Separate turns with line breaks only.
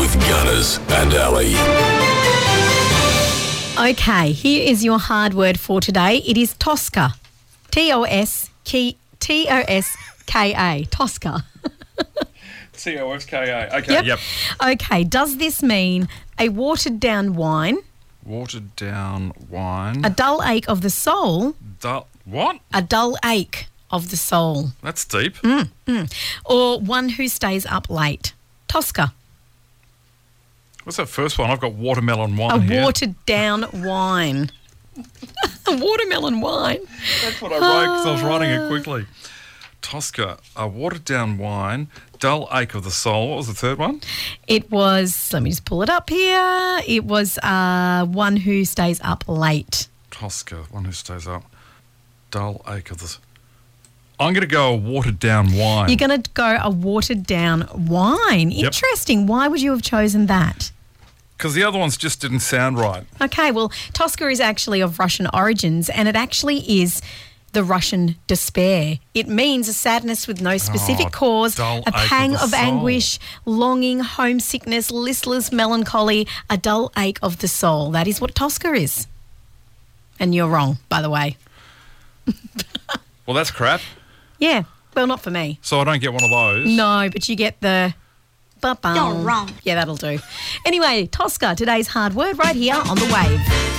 Smithers and Alley.
Okay, here is your hard word for today. It is Tosca. T O S K T O S K A. Tosca.
C O S K A. Okay.
Yep. Okay, does this mean a watered down wine,
Watered down wine.
a dull ache of the soul,
Dull- what?
a dull ache of the soul,
That's deep.
Hmm? or one who stays up late? Tosca.
What's that first one? I've got watermelon wine
A
here.
watered down wine. a watermelon wine.
That's what I wrote because I was writing
Ah.
it quickly. Tosca, a watered down wine, dull ache of the soul. What was the third one?
It was, let me just pull it up here. It was uh, one who stays up late.
Tosca, one who stays up. Dull ache of the. s- I'm going to go a watered down wine.
You're going to go a watered down wine.
Yep.
Interesting. Why would you have chosen that?
Because the other ones just didn't sound right.
Okay, well, Tosca is actually of Russian origins and it actually is the Russian despair. It means a sadness with no specific
Oh,
cause,
dull
a
ache of
pang
the
of
soul.
anguish, longing, homesickness, listless melancholy, a dull ache of the soul. That is what Tosca is. And you're wrong, by the way.
Well, that's crap.
Yeah, well, not for me.
So I don't get one of those.
No, but you get the. Ba-bum.
You're wrong.
Yeah, that'll do. Anyway, Tosca, today's hard word right here on the wave.